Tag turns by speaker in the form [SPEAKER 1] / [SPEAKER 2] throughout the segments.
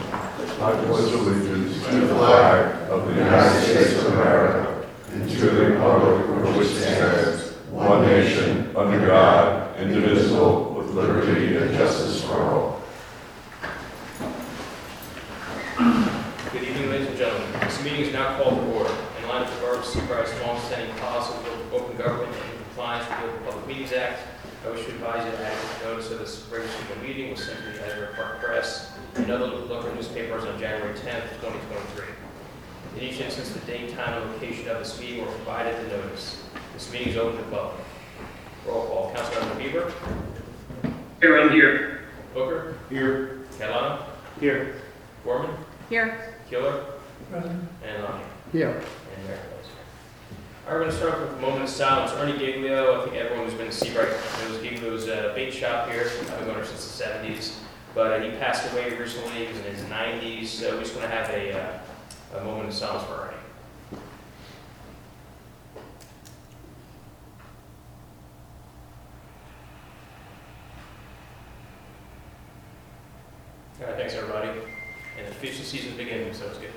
[SPEAKER 1] I pledge allegiance to the flag of the United States of America and to the republic for which it stands, one nation, under God, indivisible, with liberty and justice for all.
[SPEAKER 2] Good evening, ladies and gentlemen. This meeting is now called to order. In line with the Borough of Seabright's longstanding policy of open government and in compliance with the Open Public Meetings Act, I wish to advise you that adequate notice of this regular meeting was sent to the Asbury Park Press and other local newspapers on January 10th, 2023. In each instance, the date, time, and location of this meeting were provided in the notice. This meeting is open to public. Roll call. Councilmember Bieber,
[SPEAKER 3] Everyone here.
[SPEAKER 2] Booker. Here. Catalano.
[SPEAKER 3] Here.
[SPEAKER 2] Gorman.
[SPEAKER 4] Here.
[SPEAKER 2] Killer. And Lonnie.
[SPEAKER 5] Here.
[SPEAKER 2] And Mayor Pelosi. All right, we're gonna start with a moment of silence. Ernie Giglio, I think everyone who's been to Seabright knows Giglio's uh, bait shop here. I've been going there since the seventies. But uh, he passed away recently, he was in his nineties, so we're just gonna have a, uh, a moment of silence for Ernie. All right, thanks, everybody. And the fishing season's beginning, so it's good.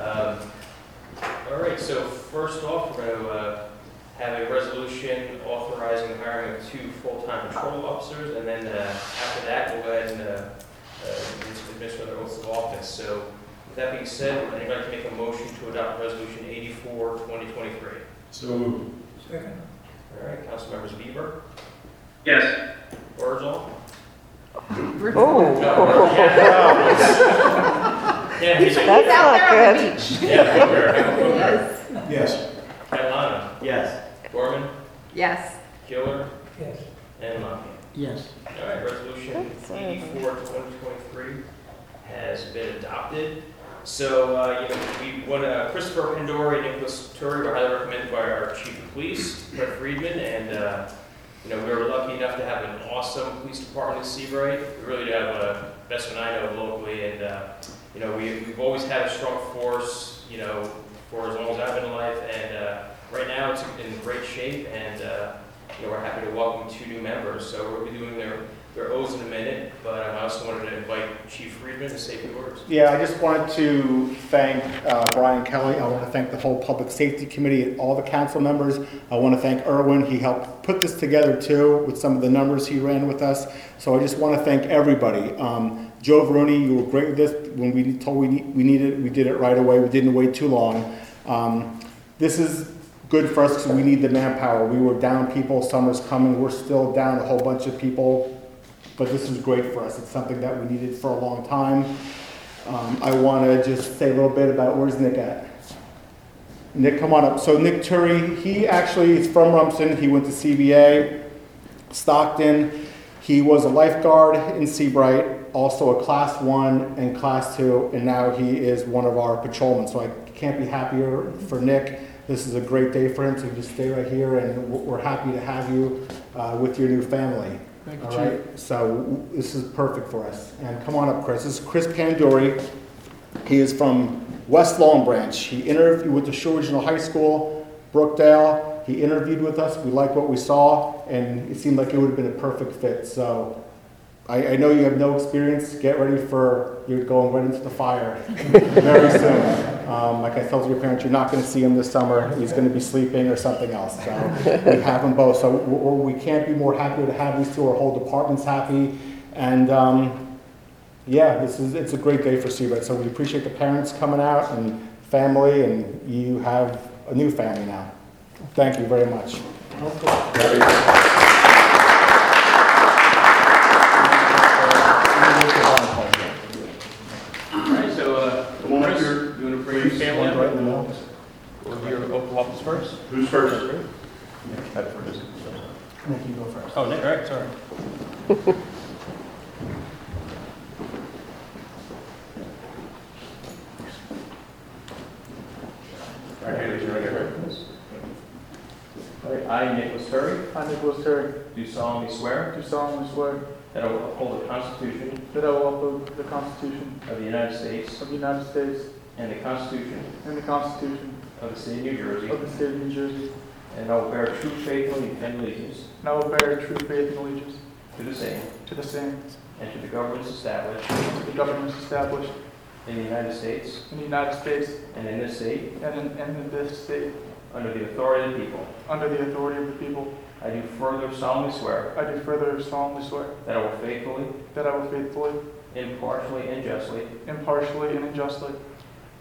[SPEAKER 2] Um, all right, so first off, we're going to uh, have a resolution authorizing the hiring of two full-time patrol officers, and then uh, after that, we'll go ahead and uh, uh, administer their oaths of office. So with that being said, would anybody like to make a motion to adopt Resolution 84, 2023?
[SPEAKER 1] So moved.
[SPEAKER 2] All right, Councilmembers Bieber,
[SPEAKER 3] Yes.
[SPEAKER 2] Barzal?
[SPEAKER 4] Riff-
[SPEAKER 2] Yeah, he's like,
[SPEAKER 4] He's out there on the beach.
[SPEAKER 2] yeah, Booker.
[SPEAKER 1] Yes.
[SPEAKER 2] Catalano,
[SPEAKER 3] Yes.
[SPEAKER 2] Gorman,
[SPEAKER 4] Yes.
[SPEAKER 2] Giller, and Mafia.
[SPEAKER 5] Yes.
[SPEAKER 2] All right, resolution
[SPEAKER 4] That's, uh,
[SPEAKER 2] eighty-four, twenty twenty-three has been adopted. So, uh, you know, we, want uh, Christopher Pandora and Nicholas Turi were highly recommended by our chief of police, Fred Friedman, and, uh, you know, we were lucky enough to have an awesome police department in Seabright. We really do have, uh, best one I know locally, and, uh, you know, we, we've always had a strong force, you know, for as long as I've been alive, and, uh, right now it's in great shape, and, uh, you know, we're happy to welcome two new members, so we'll be doing their their oaths in a minute, but I also wanted to invite Chief Friedman to say a few words.
[SPEAKER 5] Yeah, I just wanted to thank uh, Brian Kelly. I want to thank the whole Public Safety Committee and all the council members. I want to thank Erwin. He helped put this together too with some of the numbers he ran with us. So I just want to thank everybody. Um, Joe Veroni, you were great with this. When we told we need- we needed, it, we did it right away. We didn't wait too long. Um, This is good for us because we need the manpower. We were down people, summer's coming, we're still down a whole bunch of people, but this is great for us. It's something that we needed for a long time. Um, I want to just say a little bit about where's Nick at? Nick, come on up. So Nick Turi, he actually is from Rumson. He went to CBA, Stockton. He was a lifeguard in Seabright, also a class one and class two, and now he is one of our patrolmen. So I can't be happier for Nick. This is a great day for him, so just stay right here, and we're we're happy to have you uh, with your new family. Thank you, So this is perfect for us. And come on up, Chris. This is Chris Pandori. He is from West Long Branch. He interviewed with the Shore Regional High School, Brookdale. He interviewed with us. We liked what we saw, and it seemed like it would have been a perfect fit. So I, I know you have no experience. Get ready for you're going right into the fire very soon. Um, like I told your parents, you're not going to see him this summer. He's going to be sleeping or something else. So we have them both. So we, we can't be more happy to have these two. Our whole department's happy, and. Um, yeah, this is, it's a great day for Seabright, so we appreciate the parents coming out and family, and you have a new family now. Thank you very much.
[SPEAKER 2] All right, so, uh, Chris, you want to bring your family
[SPEAKER 5] One right in the
[SPEAKER 2] up?
[SPEAKER 5] middle.
[SPEAKER 2] Or your local office first?
[SPEAKER 1] Who's first?
[SPEAKER 5] Nick, you go first.
[SPEAKER 2] Oh, Nick, all right, sorry.
[SPEAKER 1] Right hand is your right hand.
[SPEAKER 2] All right, I, Nicholas Hurry,
[SPEAKER 6] I, Nicholas Terry,
[SPEAKER 2] do solemnly swear
[SPEAKER 6] do solemnly swear
[SPEAKER 2] that I will uphold the Constitution
[SPEAKER 6] that I will uphold the Constitution
[SPEAKER 2] of the United States
[SPEAKER 6] of the United States
[SPEAKER 2] and the Constitution
[SPEAKER 6] and the Constitution
[SPEAKER 2] of the State of New Jersey,
[SPEAKER 6] of the State of New Jersey,
[SPEAKER 2] and I will bear true faith and allegiance
[SPEAKER 6] and I will bear true faith and allegiance
[SPEAKER 2] to the same
[SPEAKER 6] to the same,
[SPEAKER 2] and to the governments established
[SPEAKER 6] to the governments established
[SPEAKER 2] in the United States
[SPEAKER 6] in the United States
[SPEAKER 2] and in this state
[SPEAKER 6] and in, and in this state,
[SPEAKER 2] under the authority of the people.
[SPEAKER 6] under the authority of the people.
[SPEAKER 2] I do further solemnly swear
[SPEAKER 6] I do further solemnly swear
[SPEAKER 2] that I will faithfully,
[SPEAKER 6] that I will faithfully,
[SPEAKER 2] impartially, and justly
[SPEAKER 6] impartially, and unjustly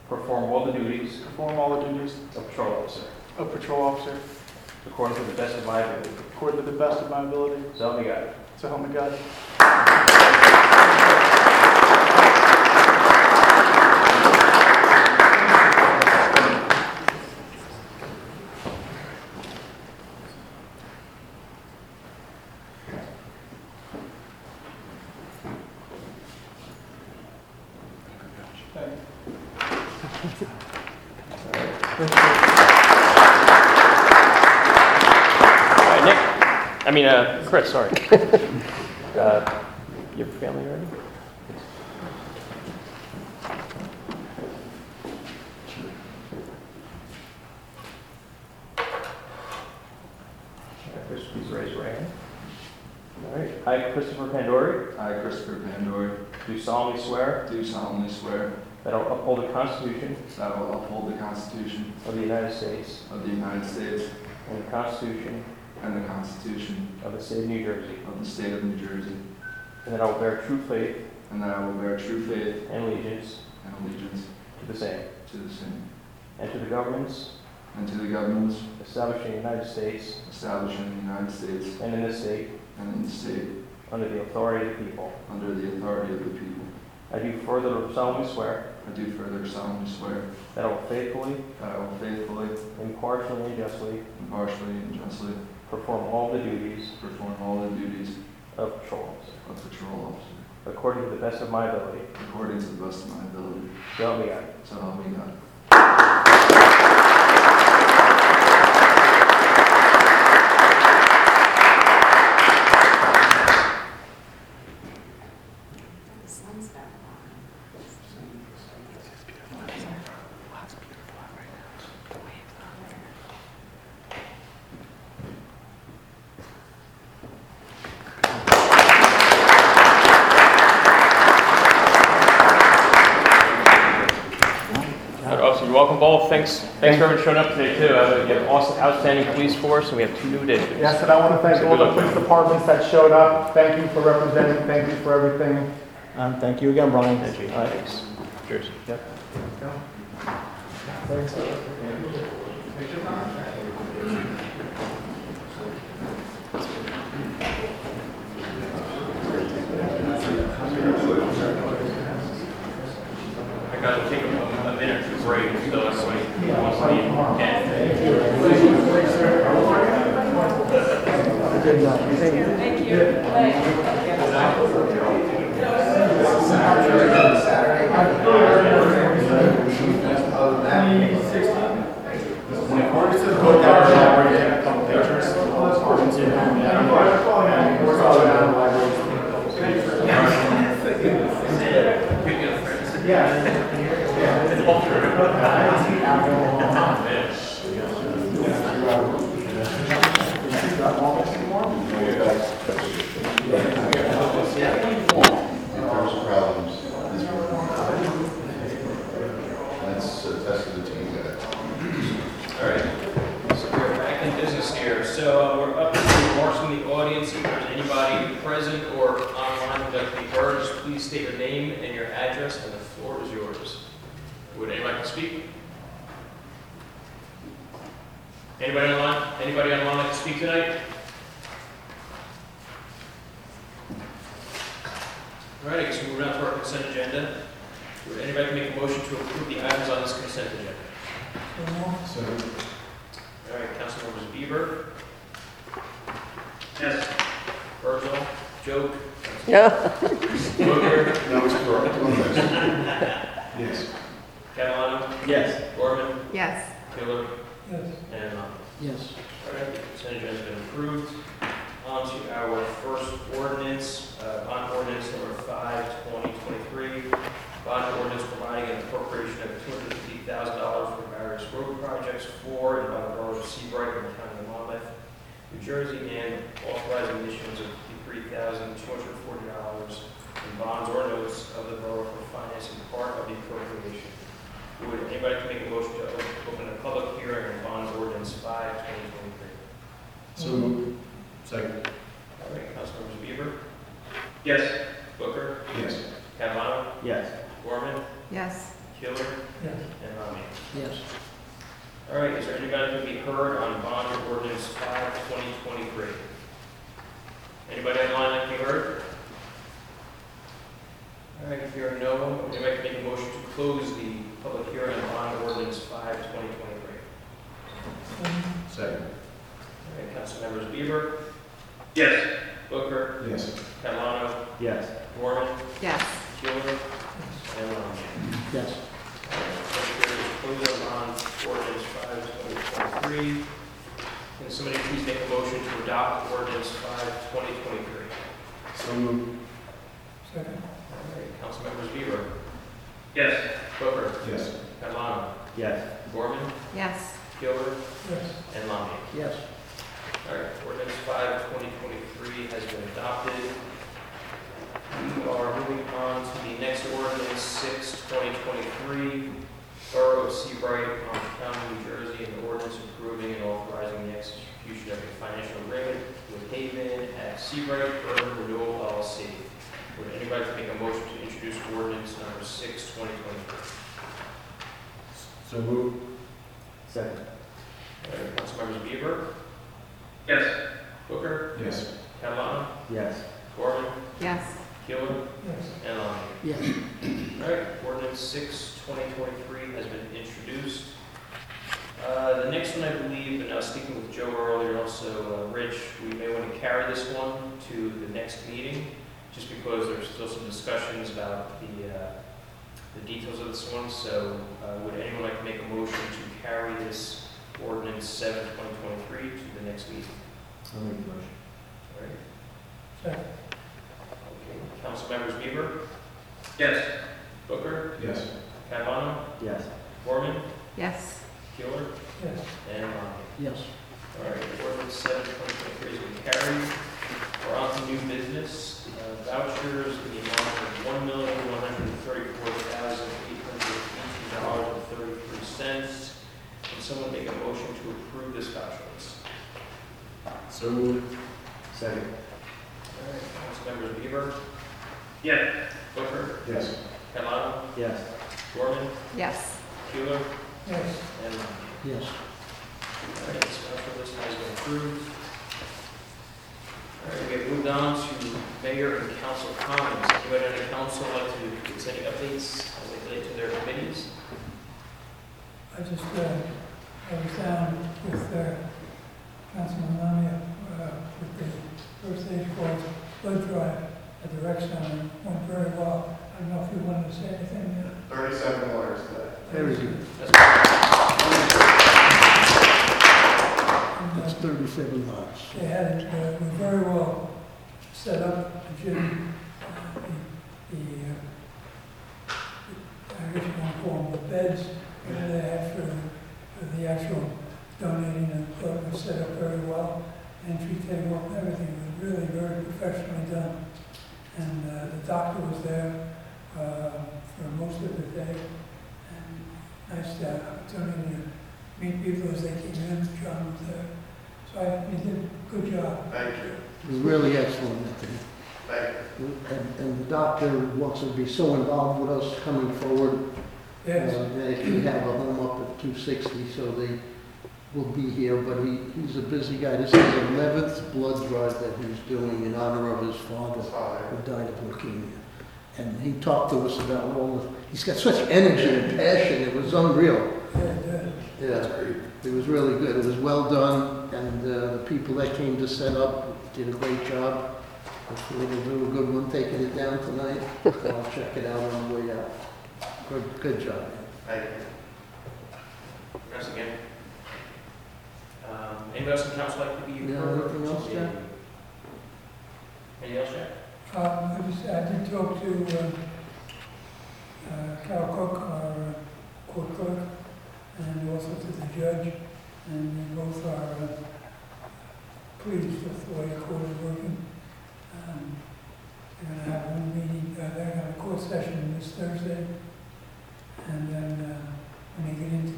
[SPEAKER 2] perform all the duties
[SPEAKER 6] perform all the duties
[SPEAKER 2] of patrol officer
[SPEAKER 6] of patrol officer
[SPEAKER 2] according to the best of my ability.
[SPEAKER 6] according to the best of my ability.
[SPEAKER 2] So help me God.
[SPEAKER 6] So help me God. Thank you.
[SPEAKER 2] All right, Nick, I mean, uh, Chris, sorry. Uh, Your family ready? Chris, please raise your right hand. All right, I, Christopher Pandori,
[SPEAKER 7] I, Christopher Pandora,
[SPEAKER 2] do solemnly swear
[SPEAKER 7] do solemnly swear
[SPEAKER 2] that I will uphold the Constitution
[SPEAKER 7] that I will uphold the Constitution
[SPEAKER 2] of the United States
[SPEAKER 7] of the United States
[SPEAKER 2] and the Constitution
[SPEAKER 7] and the Constitution
[SPEAKER 2] of the State of New Jersey,
[SPEAKER 7] of the State of New Jersey,
[SPEAKER 2] and that I will bear true faith
[SPEAKER 7] and that I will bear true faith
[SPEAKER 2] and allegiance
[SPEAKER 7] and allegiance
[SPEAKER 2] to the same
[SPEAKER 7] to the same,
[SPEAKER 2] and to the governments
[SPEAKER 7] and to the governments
[SPEAKER 2] Establishing the United States
[SPEAKER 7] established in the United States
[SPEAKER 2] and in this state
[SPEAKER 7] and in the state
[SPEAKER 2] under the authority of the people.
[SPEAKER 7] under the authority of the people.
[SPEAKER 2] I do further solemnly swear
[SPEAKER 7] I do further solemnly swear
[SPEAKER 2] that I will faithfully,
[SPEAKER 7] that I will faithfully,
[SPEAKER 2] impartially, and justly
[SPEAKER 7] impartially, and justly
[SPEAKER 2] perform all the duties
[SPEAKER 7] perform all the duties
[SPEAKER 2] of patrol officer
[SPEAKER 7] of patrol officer
[SPEAKER 2] according to the best of my ability.
[SPEAKER 7] according to the best of my ability.
[SPEAKER 2] So help me God.
[SPEAKER 7] So help me God.
[SPEAKER 2] All right, Officer, you're welcome, Bob. Thanks, thanks for everyone showing up today too. Uh, We have an awesome, outstanding police force, and we have two new additions.
[SPEAKER 5] Yes, and I want to thank all the police departments that showed up. Thank you for representing, thank you for everything. And thank you again, Brian.
[SPEAKER 2] Thank you. All right, Thanks. Cheers. I gotta take a a minute to break, so that's why he wants to be dead.
[SPEAKER 4] Thank you. Bye.
[SPEAKER 8] There's problems. That's a test of the team guy.
[SPEAKER 2] All right. So we're back in business here. So uh, we're up to remarks from the audience. If there's anybody present or online who'd like to be heard, just please state your name and your address, and the floor is yours. Would anybody like to speak? Anybody online? Anybody online like to speak tonight? All right, I guess we're moving on to our consent agenda. Would anybody make a motion to approve the items on this consent agenda? All right, Councilmembers Bieber,
[SPEAKER 3] yes.
[SPEAKER 2] Urzel, Joke,
[SPEAKER 9] Yeah.
[SPEAKER 2] Booker,
[SPEAKER 8] No, it's correct.
[SPEAKER 2] Catalano,
[SPEAKER 7] Yes.
[SPEAKER 2] Gorman,
[SPEAKER 4] Yes.
[SPEAKER 2] Miller, and uh, Lund.
[SPEAKER 7] Yes.
[SPEAKER 2] All right, the consent agenda has been approved. On to our first ordinance, uh, bond ordinance number 5, 2023. Bond ordinance providing an appropriation of $250,000 for various road projects for and by the borough of Seabright and the county of Monmouth, New Jersey, and authorizing the issuance of $53,000 Anybody can make a motion to o- open a public hearing on bond ordinance five, twenty twenty-three.
[SPEAKER 8] So, second,
[SPEAKER 2] All right, Councilmembers Bieber,
[SPEAKER 3] yes,
[SPEAKER 2] Booker,
[SPEAKER 8] yes.
[SPEAKER 2] Catalano,
[SPEAKER 9] Yes.
[SPEAKER 2] Gorman,
[SPEAKER 4] Yes.
[SPEAKER 2] Killer,
[SPEAKER 6] Yes.
[SPEAKER 2] and Rami.
[SPEAKER 9] Yes.
[SPEAKER 2] All right, is there anybody who can be heard on bond ordinance five, twenty twenty-three? Anybody online that can be heard? All right, if you're no, anybody can make a motion to close the public hearing on bond ordinance five, twenty twenty-three.
[SPEAKER 8] Second,
[SPEAKER 2] All right, Councilmembers Bieber,
[SPEAKER 3] yes,
[SPEAKER 2] Booker,
[SPEAKER 8] yes.
[SPEAKER 2] Catalano,
[SPEAKER 9] Yes.
[SPEAKER 2] Gorman,
[SPEAKER 4] Yes.
[SPEAKER 2] Killer, and Rami.
[SPEAKER 9] Yes.
[SPEAKER 2] Close on ordinance five, twenty twenty-three. Can somebody please make a motion to adopt ordinance five, twenty twenty-three?
[SPEAKER 8] So moved,
[SPEAKER 2] All right, Councilmembers Bieber,
[SPEAKER 3] yes,
[SPEAKER 2] Booker,
[SPEAKER 8] yes.
[SPEAKER 2] Catalano,
[SPEAKER 9] Yes.
[SPEAKER 2] Gorman,
[SPEAKER 4] Yes.
[SPEAKER 2] Gilbert,
[SPEAKER 6] Yes.
[SPEAKER 2] and Lamy.
[SPEAKER 9] Yes.
[SPEAKER 2] All right, ordinance five, twenty twenty-three has been adopted. We are moving on to the next ordinance, six, twenty twenty-three, Borough of Seabright, Orange County, New Jersey, an ordinance approving and authorizing the execution of a financial agreement with Haven at Seabright Urban Renewal LLC. Would anybody make a motion to introduce ordinance number six, twenty twenty-three?
[SPEAKER 8] So moved,
[SPEAKER 9] Second.
[SPEAKER 2] All right, Councilmembers Bieber,
[SPEAKER 3] yes,
[SPEAKER 2] Booker,
[SPEAKER 8] yes.
[SPEAKER 2] Catalano,
[SPEAKER 9] Yes.
[SPEAKER 2] Gorman,
[SPEAKER 4] Yes.
[SPEAKER 2] Keeler,
[SPEAKER 6] Yes.
[SPEAKER 2] and Lamy.
[SPEAKER 9] Yes.
[SPEAKER 2] All right, ordinance six, twenty twenty-three has been introduced. Uh, the next one, I believe, and I was speaking with Joe earlier, also, uh, Rich, we may want to carry this one to the next meeting, just because there's still some discussions about the, uh, the details of this one, so, uh, would anyone like to make a motion to carry this ordinance seven, twenty twenty-three to the next meeting?
[SPEAKER 9] I'll make the motion.
[SPEAKER 2] All right? Okay, Councilmembers Bieber,
[SPEAKER 3] yes,
[SPEAKER 2] Booker,
[SPEAKER 8] Yes.
[SPEAKER 2] Catalano,
[SPEAKER 9] Yes.
[SPEAKER 2] Gorman,
[SPEAKER 4] Yes.
[SPEAKER 2] Keeler,
[SPEAKER 6] Yes.
[SPEAKER 2] and Lonnie.
[SPEAKER 9] Yes.
[SPEAKER 2] All right, ordinance seven twenty twenty-three has been carried. We're on to new business, Uh, vouchers in the amount of one million, one hundred and thirty-four thousand, eight hundred and eighteen dollars and thirty-three cents. Can someone make a motion to approve this voucher list?
[SPEAKER 8] So moved,
[SPEAKER 9] Second.
[SPEAKER 2] All right, Councilmembers Bieber,
[SPEAKER 3] yes,
[SPEAKER 2] Booker,
[SPEAKER 8] yes.
[SPEAKER 2] Catalano,
[SPEAKER 9] Yes.
[SPEAKER 2] Gorman,
[SPEAKER 4] Yes.
[SPEAKER 2] Keeler,
[SPEAKER 6] Yes.
[SPEAKER 2] and Lonnie.
[SPEAKER 9] Yes.
[SPEAKER 2] All right, this voucher list has been approved. All right, we have moved on to mayor and council comments. Anybody on the council like to give us any updates as they relate to their committees?
[SPEAKER 10] I just, uh, I was down with, uh, Councilman Lamia, uh, with the first aid for blood drive at the rec center, went very well. I don't know if you wanted to say anything, uh,
[SPEAKER 8] Thirty-seven orders today.
[SPEAKER 2] That's all.
[SPEAKER 10] and, uh,
[SPEAKER 9] thirty-seven lots.
[SPEAKER 10] they had it, uh, were very well set up, the gym, uh, the, the, uh, I guess you want to call them the beds, that they had for, for the actual donating and club was set up very well. Entry table, and everything was really very professionally done. And uh, the doctor was there uh, for most of the day. And nice uh, opportunity to meet people as they came in, John was there. So I, you did a good job.
[SPEAKER 8] Thank you,
[SPEAKER 9] It was really excellent, Anthony.
[SPEAKER 8] thank you.
[SPEAKER 9] And, and the doctor wants to be so involved with us coming forward. uh,
[SPEAKER 10] Yes,
[SPEAKER 9] That he have a home up at two sixty, so they will be here, but he, he's a busy guy. This is the eleventh blood drive that he's doing in honor of his father. who died of leukemia. And he talked to us about all the, he's got such energy and passion, it was unreal.
[SPEAKER 10] and, uh,
[SPEAKER 8] That's
[SPEAKER 9] Yeah,
[SPEAKER 8] great.
[SPEAKER 9] it was really good, it was well done, and uh, the people that came to set up did a great job. Hopefully they'll do a good one taking it down tonight. I'll check it out on the way out. Good, good job.
[SPEAKER 8] Thank you.
[SPEAKER 2] Press again. Um, Anybody else in council like to be
[SPEAKER 9] Yeah,
[SPEAKER 2] heard?
[SPEAKER 9] anything else, Jack?
[SPEAKER 2] Anything else, Jack?
[SPEAKER 10] Um, I was, I did talk to, uh, uh, Carol Cook, our uh, court clerk, and also to the judge, and they both are uh, pleased with the way the court is working. Um, They're gonna have one meeting, uh, they're gonna have a court session this Thursday, and then, uh, when they uh,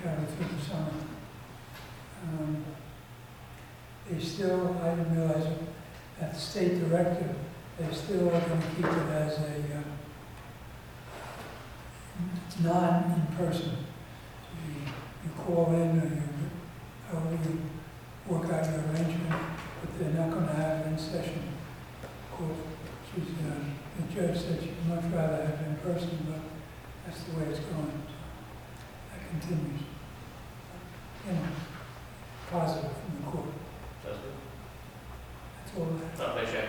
[SPEAKER 10] for the summer. Um, They still, I didn't realize it, that the state directive, they still are gonna keep it as a, uh, it's not in person. You you call in or you, however you work out your arrangement, but they're not gonna have it in session. Of course, she's, uh, the judge said she'd much rather have it in person, but that's the way it's going. That continues. You know, positive from the court.
[SPEAKER 2] Sounds good.
[SPEAKER 10] That's all I have.
[SPEAKER 2] Oh, thanks, Jack.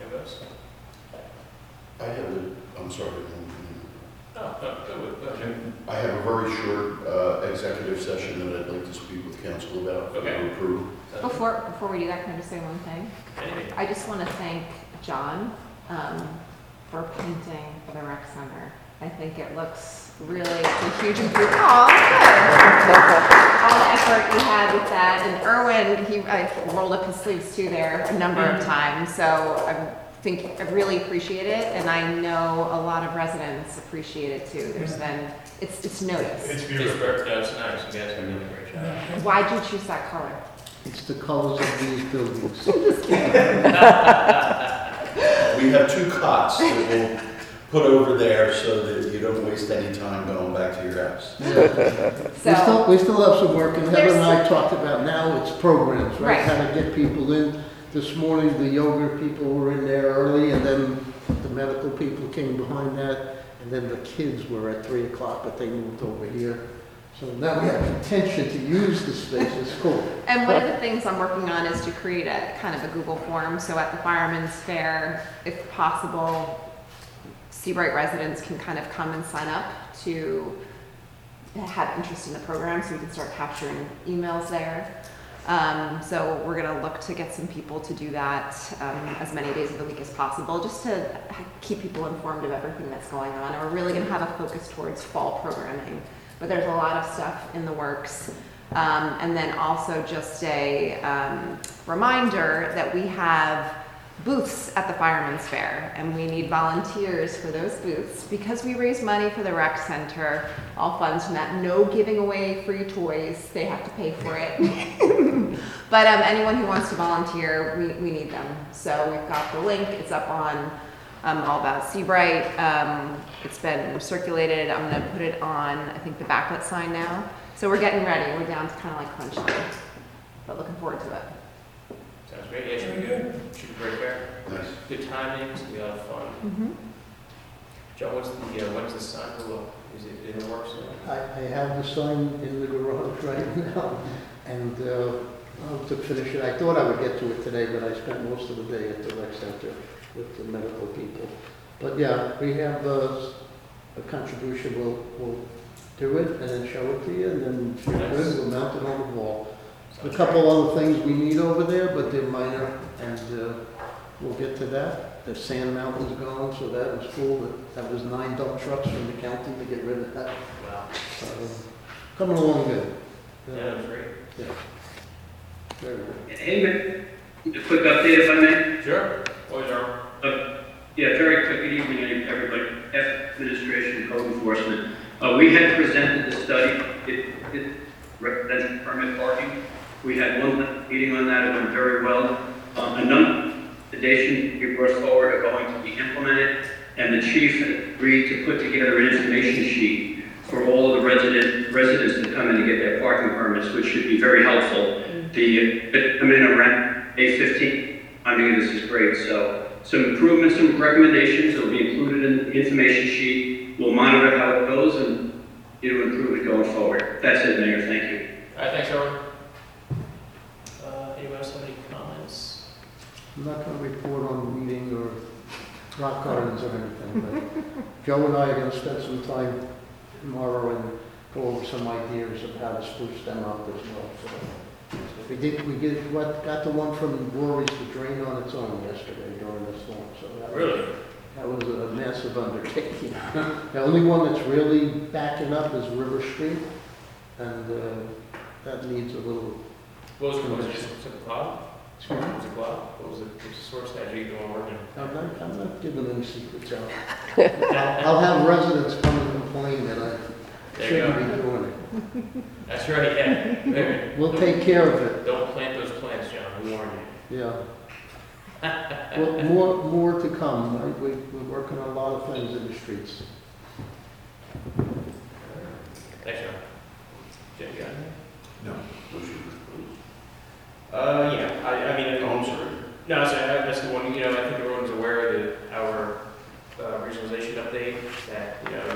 [SPEAKER 2] Anybody else?
[SPEAKER 11] I have a, I'm sorry, I'm-
[SPEAKER 2] No, no, go with, go, Jim.
[SPEAKER 11] I have a very short uh, executive session that I'd like to speak with council about. if you
[SPEAKER 2] Okay.
[SPEAKER 11] Approve.
[SPEAKER 2] Sounds
[SPEAKER 9] Oh.
[SPEAKER 2] good.
[SPEAKER 12] Before, before we do that, can I just say one thing?
[SPEAKER 2] Anyway.
[SPEAKER 12] I just want to thank John um, for painting the rec center. I think it looks really it's a huge improvement. All the effort you had with that, and Erwin, he I rolled up his sleeves too there a number of times. So I think I really appreciate it, and I know a lot of residents appreciate it too. There's been it's it's noticed.
[SPEAKER 2] It's beautiful. No, it's nice. You guys are doing a great job.
[SPEAKER 12] Why'd you choose that color?
[SPEAKER 9] It's the colors of these buildings.
[SPEAKER 11] We have two cots that we'll put over there so that you don't waste any time going back to your house.
[SPEAKER 9] We still, we still have some work, and Heather and I
[SPEAKER 12] There's-
[SPEAKER 9] talked about now, it's programs, right?
[SPEAKER 12] Right.
[SPEAKER 9] How to get people in. This morning, the yoga people were in there early, and then the medical people came behind that, and then the kids were at three o'clock, but they moved over here. So now we have intention to use the space, it's cool.
[SPEAKER 12] And one of the things I'm working on is to create a kind of a Google form, so at the Fireman's Fair, if possible, Seabright residents can kind of come and sign up to have interest in the program, so we can start capturing emails there. Um, so we're gonna look to get some people to do that, um, as many days of the week as possible, just to keep people informed of everything that's going on. And we're really gonna have a focus towards fall programming, but there's a lot of stuff in the works. Um, and then also just a um, reminder that we have booths at the Fireman's Fair, and we need volunteers for those booths because we raise money for the rec center. All funds from that. No giving away free toys; they have to pay for it. but um, anyone who wants to volunteer, we, we need them. So we've got the link. It's up on um, all about Seabright. Um, it's been circulated. I'm gonna put it on. I think the backlit sign now. So we're getting ready. We're down to kind of like crunch time, but looking forward to it.
[SPEAKER 2] Sounds great. Yeah, should be good. Should be great fair.
[SPEAKER 11] Nice.
[SPEAKER 2] Good timing. It's gonna be a lot of fun.
[SPEAKER 12] Mm-hmm.
[SPEAKER 2] John, what's the, uh, when's the sign for look? Is it in the works? now?
[SPEAKER 9] I, I have the sign in the garage right now, and uh, I hope to finish it. I thought I would get to it today, but I spent most of the day at the rec center with the medical people. But yeah, we have uh, a contribution, we'll, we'll do it and then show it to you, and then if you're good, we'll mount it on the wall. A
[SPEAKER 2] Sounds
[SPEAKER 9] couple other things we need over there, but they're minor, and uh, we'll get to that. The sand mountain's gone, so that was cool, but that was nine dump trucks from the county to get rid of that.
[SPEAKER 2] great. Wow.
[SPEAKER 9] So, Coming along good.
[SPEAKER 2] Yeah, that was great.
[SPEAKER 9] Yeah. Very good.
[SPEAKER 3] Hey, Mayor, a quick update if I may.
[SPEAKER 2] Sure. Always are.
[SPEAKER 3] Uh, Yeah, very quick, good evening, everybody. F, Administration, Code Enforcement. Uh, We had presented the study, it, it, residential permit parking. We had one meeting on that, it went very well. Um, A number of recommendations we brought forward are going to be implemented, and the chief agreed to put together an information sheet for all of the resident, residents that come in to get their parking permits, which should be very helpful. The, uh, come in around eight fifteen, I mean, this is great, so some improvements, some recommendations that will be included in the information sheet. We'll monitor how it goes and it'll improve it going forward. That's it, Mayor, thank you.
[SPEAKER 2] All right, thanks, everyone. Uh, anyone else have any comments?
[SPEAKER 9] I'm not going to report on meeting or rock gardens or anything, but Joe and I are going to spend some time tomorrow and go over some ideas of how to spruce them up as well. So We did, we did, what, got the one from Rory's to drain on its own yesterday during the storm, so that was
[SPEAKER 2] Really?
[SPEAKER 9] That was a massive undertaking. The only one that's really backing up is River Street, and uh, that needs a little,
[SPEAKER 2] What was, was it just was it the cloud?
[SPEAKER 9] excuse me,
[SPEAKER 2] Was it cloud? What was it, was the source that you the one working?
[SPEAKER 9] I'm not, I'm not giving any secrets out. I'll I'll have residents come and complain that I
[SPEAKER 2] There you
[SPEAKER 9] shouldn't
[SPEAKER 2] go.
[SPEAKER 9] be doing it.
[SPEAKER 2] That's right, yeah. Wait a minute.
[SPEAKER 9] We'll take care of it.
[SPEAKER 2] Don't plant those plants, John, we warn you.
[SPEAKER 9] Yeah. Well, more, more to come, right? We, we're working on a lot of things in the streets.
[SPEAKER 2] Thanks, John. Jim, you got it?
[SPEAKER 11] No.
[SPEAKER 2] Uh, yeah, I, I mean, I-
[SPEAKER 11] Oh, I'm sorry.
[SPEAKER 2] No, so I- that's the one, you know, I think everyone's aware that our uh, regionalization update, that, you know,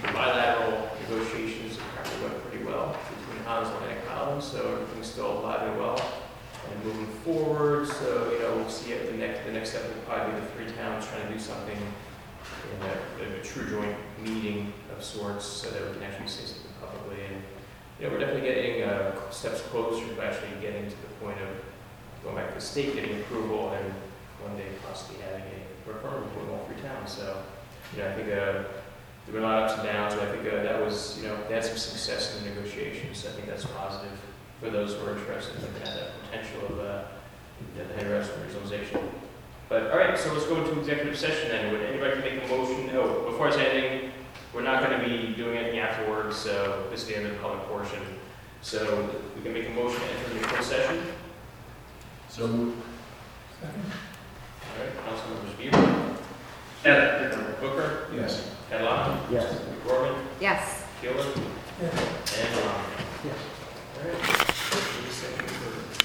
[SPEAKER 2] the bilateral negotiations apparently went pretty well between Hansel and Collins, so everything's still alive and well and moving forward, so, you know, we'll see at the next, the next step will probably be the three towns trying to do something in a, in a true joint meeting of sorts, so that we can actually say something publicly. And, you know, we're definitely getting uh, steps closer to actually getting to the point of going back to the state, getting approval, and one day possibly having a referendum in all three towns. So, you know, I think uh, there were a lot of ups and downs, but I think uh, that was, you know, they had some success in the negotiations. So I think that's positive for those who are interested in that uh, potential of uh, the the head wrestling regionalization. But all right, so let's go into executive session then. Would anybody make a motion? Oh, before I say anything, we're not going to be doing anything afterwards, so this is the end of the public portion. So we can make a motion to enter into closed session.
[SPEAKER 11] So moved.